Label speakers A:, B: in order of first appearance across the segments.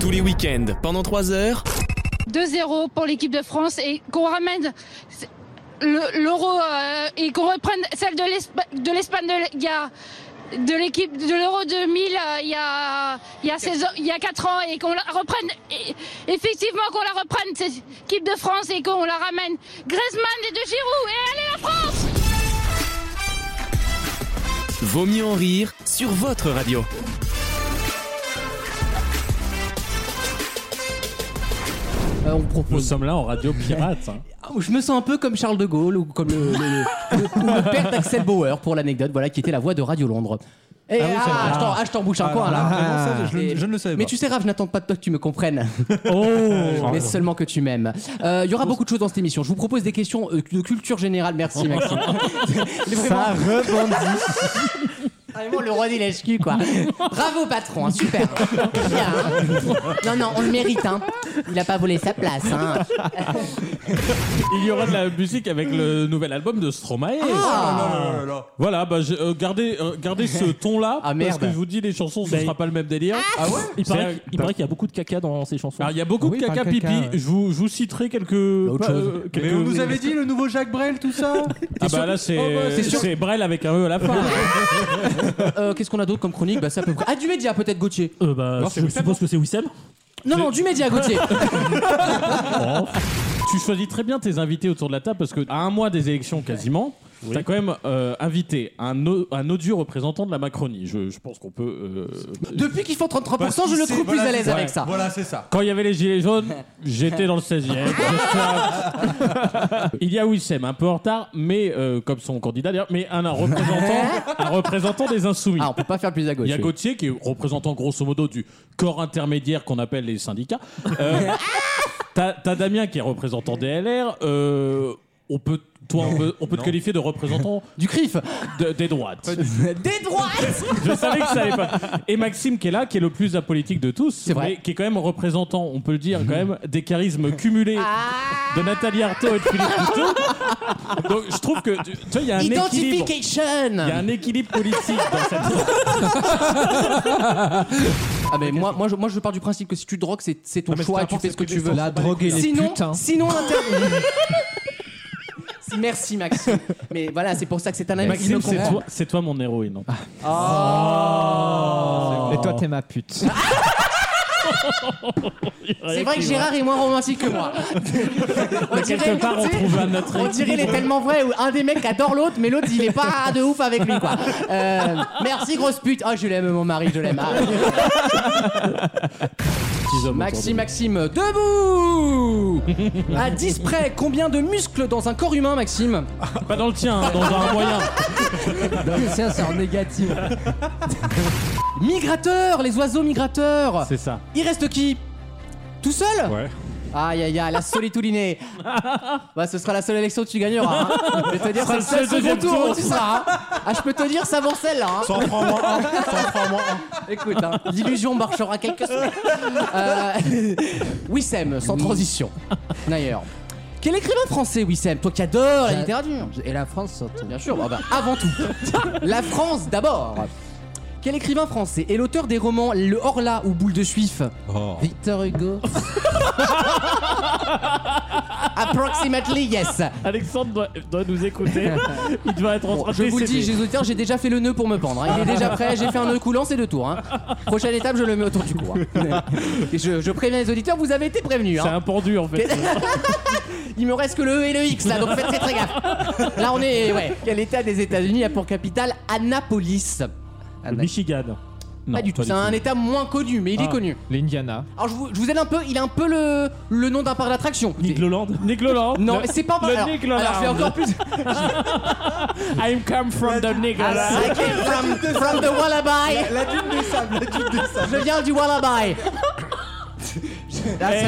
A: Tous les week-ends, pendant 3 heures.
B: 2-0 pour l'équipe de France et qu'on ramène le- l'euro euh, et qu'on reprenne celle de l'Espa- de l'Espagne de l- il y a- de l'équipe de l'euro 2000 euh, il y a il y a 16 ans- il y a 4 ans et qu'on la reprenne et- effectivement qu'on la reprenne cette équipe de France et qu'on la ramène Griezmann et de Giroud et allez la France
A: Vaut mieux en rire sur votre radio.
C: Euh, on
D: Nous
C: propose.
D: sommes là en radio pirate. hein.
C: Ah, Je me sens un peu comme Charles de Gaulle ou comme le, le- le- le- ou le père d'Axel Bauer pour l'anecdote, voilà, qui était la voix de Radio Londres. Et ah,
E: oui, c'est vrai.
C: je t'en- ah, je t'embouche encore là.
E: Ah, vraiment, ça, je le-
C: Et-
E: je ne le savais
C: Mais
E: pas.
C: tu sais, Raph, je n'attends pas de toi que tu me comprennes,
D: Oh
C: mais seulement que tu m'aimes. Euh, Il y aura beaucoup de choses dans cette émission. Je vous propose des questions euh, de culture générale. Merci, Maxime. Mais vraiment, Ah,
E: Ça rebondit.
C: vraiment, le roi des lèches-culs, quoi. Bravo, patron, hein, super. Bien, hein. Non, non, on le mérite. Hein. Il a pas volé sa place. Hein.
D: Il y aura de la musique avec le nouvel album de Stromae. Ah. Voilà, bah, j'ai- euh, gardez, euh, gardez ce ton-là,
C: Ah,
D: parce
C: merde.
D: que je vous dis, les chansons, ce
F: Ben-
D: sera pas le même délire.
F: Il
D: C'est
F: paraît,
D: un-
F: il paraît qu'il y a beaucoup de caca dans ces chansons.
D: Alors, il y a beaucoup
E: Oui,
D: de
E: par
D: caca
E: le
D: pipi.
E: caca, ouais.
D: Je, vous, je vous citerai quelques. Autre
C: chose.
E: Mais on nous avait dit le nouveau Jacques Brel, tout ça
D: Ah, bah là, c'est
C: Oh, bah, c'est sûr-
D: c'est Brel avec un E à la fin.
C: Euh, Qu'est-ce qu'on a d'autre comme chronique bah, c'est à peu près. Ah, du média, peut-être, Gauthier.
F: Euh, bah,
D: Non, c'est
F: je
D: Wissem,
F: suppose que c'est Wissem.
C: Non, non, du média, Gauthier.
D: tu choisis très bien tes invités autour de la table parce que à un mois des élections quasiment, t'as quand même euh, invité un, au- un odieux représentant de la Macronie. Je, je pense qu'on peut. euh,
C: Depuis qu'ils font 33%,
E: Parce
C: je
E: qu'il
C: le
E: sait-
C: trouve plus
E: Bah, voilà,
C: à
E: c'est
C: l'aise avec ça.
E: Voilà, c'est ça.
D: Quand il y avait les gilets jaunes, j'étais dans le 16e. J'espère. il y a Wissem, un peu en retard, mais euh, comme son candidat d'ailleurs, mais un, un représentant, un représentant des insoumis.
C: Ah, on peut pas faire plus à gauche.
D: Il y a Gauthier qui est représentant grosso modo du corps intermédiaire qu'on appelle les syndicats. Euh, T'as t'as Damien qui est représentant des LR. euh, on peut, toi, on peut, on peut te qualifier de représentant
C: Du CRIF.
D: de- des droites.
C: Des droites
D: Je savais que ça allait pas. Et Maxime qui est là, qui est le plus apolitique de tous,
C: vrai.
D: mais qui est quand même représentant, on peut le dire, quand même, des charismes cumulés
C: Ah.
D: de Nathalie Arthaud et de Philippe Couteau. Donc je trouve que, tu tu vois, il y a un équilibre. Il y a
C: Identification
D: un équilibre politique dans cette.
C: Ah, mais moi, moi, je, moi, je pars du principe que si tu drogues, c'est c'est ton
E: mais
C: choix
E: c'est
C: et tu fais ce que tu veux.
E: La drogue et les
C: sinon,
E: putes, hein.
C: sinon, inter- Si, Merci, Maxime. Mais voilà, c'est pour ça que c'est Ah. un ami.
D: Maxime, c'est toi, c'est toi mon héroïne.
E: Et toi, t'es ma pute.
C: C'est vrai que Gérard est moins romantique que moi. on
D: Quelque part, on
C: tu sais,
D: trouve un autre
C: On dirait il est tellement vrai où un des mecs adore l'autre, mais l'autre il est pas de ouf avec lui quoi. Euh, merci grosse pute. Oh je l'aime mon mari, je l'aime. Ah.
D: petit homme.
C: Maxime, Maxime, debout. À 10 près, combien de muscles dans un corps humain, Maxime
D: Pas dans le tien, hein, dans un moyen.
C: Ça c'est en négatif. Migrateurs, les oiseaux migrateurs.
D: C'est ça.
C: Il reste qui Tout seul
D: Ouais.
C: Aïe aïe aïe, la solitulinée Bah ce sera la seule élection que tu gagneras. hein. Je vais te dire, c'est
D: sera
C: le seul
D: le seul
C: second
D: deuxième
C: tour où
D: tour.
C: tu seras. hein. Ah je peux te dire, ça vaut celle-là. hein.
E: T'en prends moins un. T'en prends moins un.
C: Écoute, hein, l'illusion marchera quelques semaines. Euh, Wissem, sans transition. D'ailleurs. Quel écrivain français, Wissem Toi qui adore la littérature. Et la France, surtout. Bien sûr, bah, bah, avant tout. La France, d'abord. Quel écrivain français est l'auteur des romans Le Horla ou Boule de Suif Victor Hugo. Approximately, yes.
D: Alexandre doit, doit nous écouter. Il doit être en train
C: Bon, je
D: de
C: vous le dis,
D: décéder.
C: j'ai auditeurs, j'ai déjà fait le nœud pour me pendre. hein. Il est déjà prêt, j'ai fait un nœud coulant, c'est de tour. hein. Prochaine étape, je le mets autour du cou. hein. Et je, je préviens les auditeurs, vous avez été prévenus.
D: C'est
C: hein.
D: un pendu en fait.
C: Il me reste que le E et le X là, donc faites très très gaffe. Là, on est. Ouais. Quel état des États-Unis a pour capitale Annapolis
F: Le Michigan.
C: Pas du tout. Ah. C'est un état moins connu, mais il est connu.
D: Ah.
E: L'Indiana.
C: Alors, je vous, je vous aide un peu, il a un peu le, le nom d'un parc d'attraction.
F: Nick Loland.
D: Nick Loland.
C: Non,
D: Le-
C: mais c'est pas
D: le
C: alors,
D: Nick Loland.
C: alors, je vais encore plus.
D: I'm come from the Nick
E: Ah,
D: Loland.
C: I came from, from the Wallaby.
E: La dune des sables, la dune des sables.
C: Je viens du Wallaby.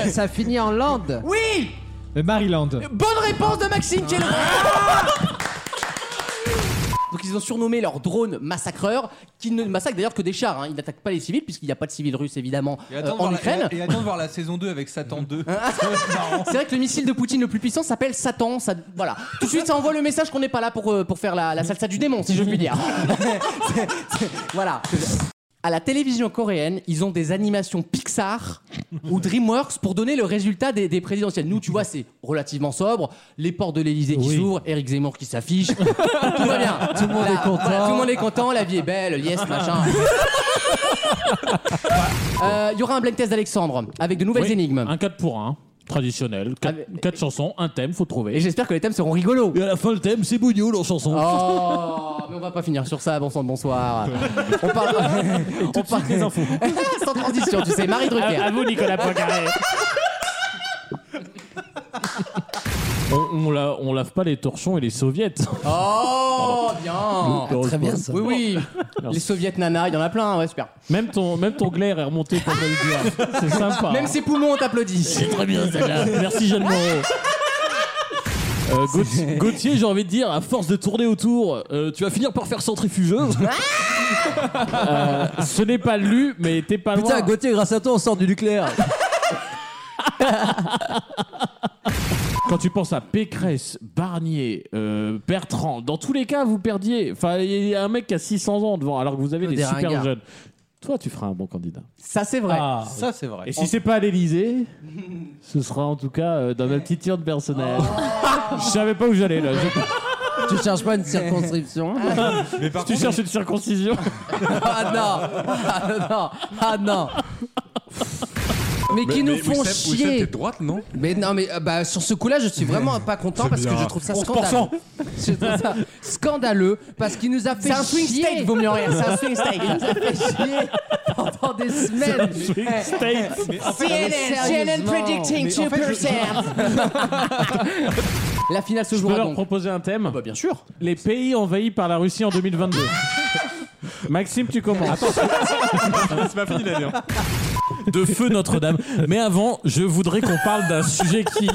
D: Eh,
G: Ça finit en lande.
C: Oui
E: Le Maryland. Ah.
C: Bonne réponse de Maxime qui est le- Donc ils ont surnommé leur drone massacreur, qui ne massacre d'ailleurs que des chars, hein. ils n'attaquent pas les civils puisqu'il n'y a pas de civils russes évidemment
E: Et
C: euh,
E: attends de voir
C: en
E: la-
C: Ukraine.
E: et- et attends de voir la saison 2 avec Satan 2. Ça va être marrant.
C: C'est vrai que le missile de Poutine le plus puissant s'appelle Satan. Ça, voilà. Tout de suite, ça envoie le message qu'on n'est pas là pour, euh, pour faire la, la salsa du démon, si je puis dire. C'est- c'est- voilà. à la télévision coréenne, ils ont des animations Pixar ou DreamWorks pour donner le résultat des, des présidentielles. Nous, tu vois, c'est relativement sobre. Les portes de l'Elysée qui s'ouvrent, Eric Zemmour qui s'affiche. tout va bien. Tout le monde est content. tout le monde est content. La vie est belle. Yes, machin. Euh, Il y aura un blind test d'Alexandre avec de nouvelles
D: Oui,
C: énigmes.
D: Un 4 pour 1, traditionnel.
C: Ah,
D: 4,
C: mais-
D: chansons, un thème, faut
C: Et
D: trouver.
C: j'espère que les thèmes seront rigolos.
D: Et à la fin, le thème, c'est Bougnoul en chanson.
C: Oh, mais on va pas finir sur ça, bon sang, bonsoir. On parle. on parle des infos. Sans transition, tu sais, Marie Drucker.
F: À vous, Nicolas Poincaré.
D: On, on, la- on lave pas les torchons et les soviets.
C: Oh, bien.
D: Dans le
G: Très bien
D: sport.
G: ça.
C: Oui, oui. Les soviets nana, il y en a plein, ouais, super.
D: Même ton, même ton glaire est remonté pour me le dire. C'est
G: Ah.
D: sympa.
C: Même ses poumons, on t'applaudit.
D: C'est très bien celle-là. Merci Jeanne Moreau. Euh, Gaut- Gauthier, j'ai envie de dire, à force de tourner autour, euh, tu vas finir par faire centrifugeuse. Euh, ce n'est pas lu, mais t'es
C: Ah,
D: pas
G: Putain,
D: loin.
G: Gauthier, grâce à toi, on sort du nucléaire.
D: Quand tu penses à Pécresse, Barnier, euh, Bertrand, dans tous les cas, vous perdiez. Enfin, il y a un mec qui a 600 ans devant, alors que vous avez des,
C: Des
D: super
C: ringards.
D: jeunes. Toi, tu feras un bon candidat.
C: Ça, c'est vrai.
G: Ah.
E: Ça, c'est vrai.
D: Et si c'est pas à l'Elysée, ce sera en tout cas euh, dans ma petite urne personnelle. Je savais pas où j'allais là. Je-
G: tu cherches pas une circonscription
E: Mais par
D: Tu
E: contre,
D: cherches une circoncision
C: Ah non Ah non Ah non
G: Mais qui nous font
E: t'es
G: chier
E: de droite, non
C: Mais non, mais euh, bah, sur ce coup-là, je suis vraiment pas content parce que je trouve ça scandaleux. Je trouve ça scandaleux parce qu'il nous a fait
G: C'est un swing
C: chier.
G: state,
C: vaut mieux rien. C'est un swing steak. Il nous a fait chier pendant des semaines. CNN, CNN predicting 2%. La finale se
D: Je peux
C: jouera
D: leur
C: donc.
D: proposer un thème
C: Bah, bien sûr.
D: Les pays envahis par la Russie en 2022. Maxime, tu commences.
E: C'est pas fini la vie.
D: de feu Notre-Dame. Mais avant, je voudrais qu'on parle d'un sujet qui,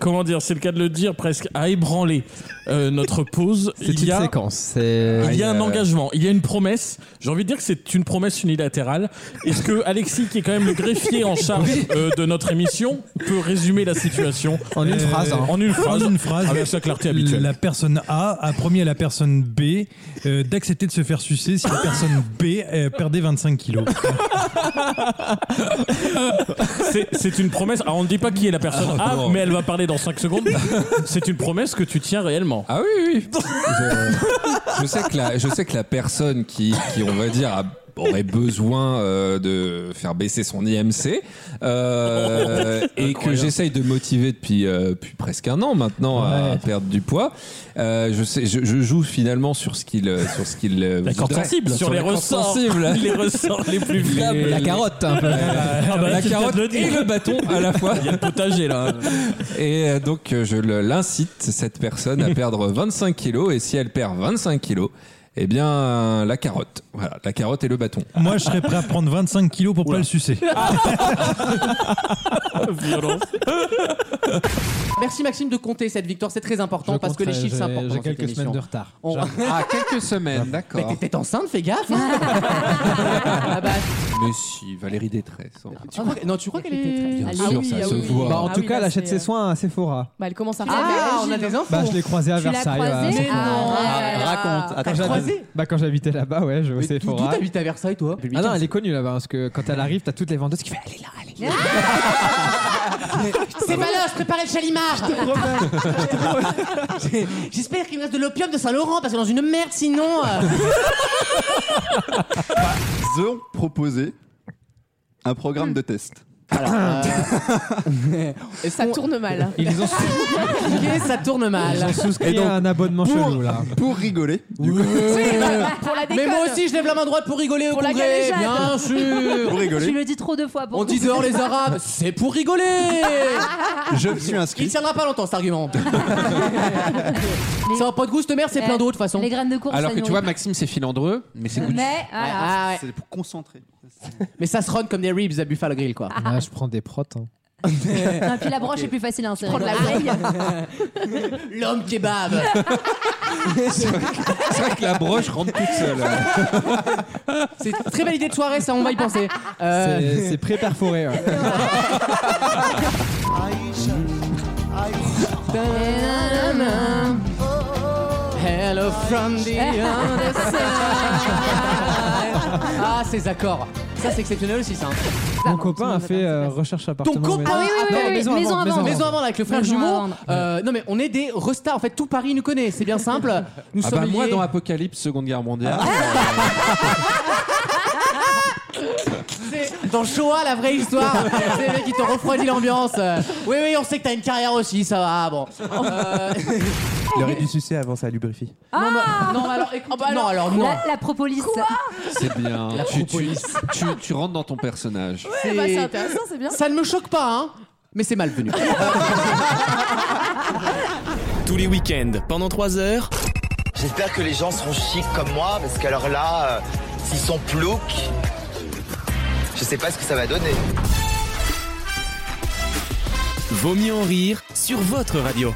D: comment dire, c'est le cas de le dire, presque a ébranlé euh, notre pause. Il y a,
G: séquence. C'est
D: il y a
H: euh.
D: un engagement, il y a une promesse. J'ai envie de dire que c'est une promesse unilatérale. Est-ce que Alexis, qui est quand même le greffier en charge euh, de notre émission, peut résumer la situation
H: En une phrase, hein.
D: En une phrase.
H: En une phrase.
D: Avec sa clarté habituelle.
H: La personne A a promis à la personne B euh, d'accepter de se faire sucer si la personne B euh, perdait 25 kilos.
D: C'est- C'est une promesse. Alors on ne dit pas qui est la personne A, mais elle va parler dans 5 secondes. C'est une promesse que tu tiens réellement.
I: Ah oui, oui. je, je sais que la, je sais que la personne qui, qui, on va dire, a- aurait besoin euh, de faire baisser son IMC euh, et que j'essaye de motiver depuis, euh, depuis presque un an maintenant à perdre du poids. Euh, je, sais, je, je joue finalement sur ce qu'il euh, sur ce qu'il euh,
D: La corde
I: voudrait.
D: sensible. Sur les
I: la corde
D: ressorts.
I: sensible.
D: Les ressorts les plus viables.
G: la carotte un peu.
D: Ah bah,
I: la
D: tu viens de
I: carotte
D: le dire.
I: et le bâton à la fois.
D: Il y a le potager là.
I: Et euh, donc euh, je le- l'incite cette personne à perdre 25 kilos et si elle perd 25 kilos, eh bien euh, la carotte. Voilà, la carotte et le bâton.
H: Moi, je serais prêt à prendre 25 kilos pour pas le sucer.
D: Violence.
C: Merci Maxime de compter cette victoire, c'est très important parce que les chiffres c'est important.
G: J'ai
C: dans cette
G: quelques
C: émission.
G: semaines de retard.
C: On-
I: Ah, quelques semaines,
C: Mais
I: d'accord.
C: t'étais enceinte, fais gaffe. hein. Ah bah,
I: Mais si, Valérie Détresse. hein.
C: tu crois que- Non, tu crois qu'elle
J: était
C: est.
J: très-
I: Bien
J: Ah
I: sûr,
J: oui,
I: ça
J: ah
I: se
J: oui.
I: voit.
G: Bah, en
J: Ah
G: tout
J: oui,
G: cas,
J: là,
G: elle achète
J: c'est-
G: ses soins à Sephora.
J: Bah, elle commence à
C: Ah, on a des infos.
G: Bah, je l'ai croisée à
J: Tu l'as
G: Versailles.
J: croisée
G: ouais.
J: Ah,
C: Ah,
J: ouais.
G: Raconte. Attends,
C: T'as
G: j'habite-
C: croisé
G: Bah, quand j'habitais là-bas, ouais, je vais au
C: Mais d'où- D'où
G: Sephora.
C: t'habites à Versailles, toi
G: Ah non, elle est connue là-bas parce que quand elle arrive, t'as toutes les vendeuses qui font Elle est là, elle est là.
C: C'est pas là, je préparais le chalimard. J'ai- J'espère qu'il me reste de l'opium de Saint-Laurent parce que dans une merde sinon. euh,
K: Ils ont proposé un programme de test.
C: et
J: Ça tourne mal.
G: Ils ont
C: Ok, ça tourne mal.
G: souscrit à un abonnement chelou là.
K: Pour rigoler,
J: Pour la
C: Mais
J: déconne.
C: moi aussi, je lève la main droite pour rigoler au
J: Pour la
C: congrès,
J: galéjade.
C: bien sûr.
K: pour
J: Tu
K: rigoler,
J: le dis trop de fois. pour
C: On dit dehors les Arabes, c'est pour rigoler.
K: je me suis
C: Il
K: inscrit.
C: tiendra pas longtemps cet argument. Ça va pas de goût, cette merde, c'est plein d'autres de toute façon.
J: Les graines de course.
I: Alors
J: ça
I: que
J: nous-
I: tu vois, Maxime, c'est filandreux, mais c'est Gucci.
J: Mais voilà.
C: Ah ouais.
K: C'est pour concentrer.
C: Mais ça se run comme des ribs à Buffalo Grill, quoi.
G: Ah, je prends des protes. hein.
J: Non, puis la broche est plus facile hein, à insérer.
C: Prendre la L'homme kebab.
I: C'est vrai que la broche rentre toute seule. hein.
C: C'est une très belle idée de soirée, ça, on va y penser. Euh,
G: C'est c'est pré-perforé. ouais.
C: Ta-na-na-na. Hello from the other side. Ah, ces accords. Ça, c'est exceptionnel aussi, ça. hein.
G: Mon copain a fait euh, recherche
C: Ton
G: appartement.
C: copain
G: mais-
J: Ah
G: Non, maison, avant, maison,
C: Maison
G: avant.
C: avant, avec le frère
G: Maison
C: jumeau.
G: avant.
C: Euh, non, mais on est des restas. En fait, tout Paris nous connaît. C'est bien simple. Nous
I: ah
C: sommes
I: bah moi
C: liés.
I: dans Apocalypse Seconde Guerre mondiale.
J: Ah.
C: C'est dans Shoah, la vraie histoire. C'est le mec qui te refroidit l'ambiance. Euh, Oui, oui, on sait que t'as une carrière aussi, ça va. Bon. Euh,
L: Il aurait dû sucer avant, ça lubrifie.
C: non,
J: Ah,
C: mais- non, mais alors, écoute,
J: bah
C: non, alors non.
J: La, la propolis.
I: C'est bien.
C: La
I: tu, tu,
C: propolis.
I: tu, tu rentres dans ton personnage.
J: Ouais, bah, c'est intéressant, c'est bien.
C: Ça ne me choque pas, hein. Mais c'est malvenu.
A: Tous les week-ends, pendant 3 heures.
M: J'espère que les gens seront chics comme moi, parce qu'alors là, euh, s'ils sont ploucs, je sais pas ce que ça va donner.
A: Vaut mieux en rire sur votre radio.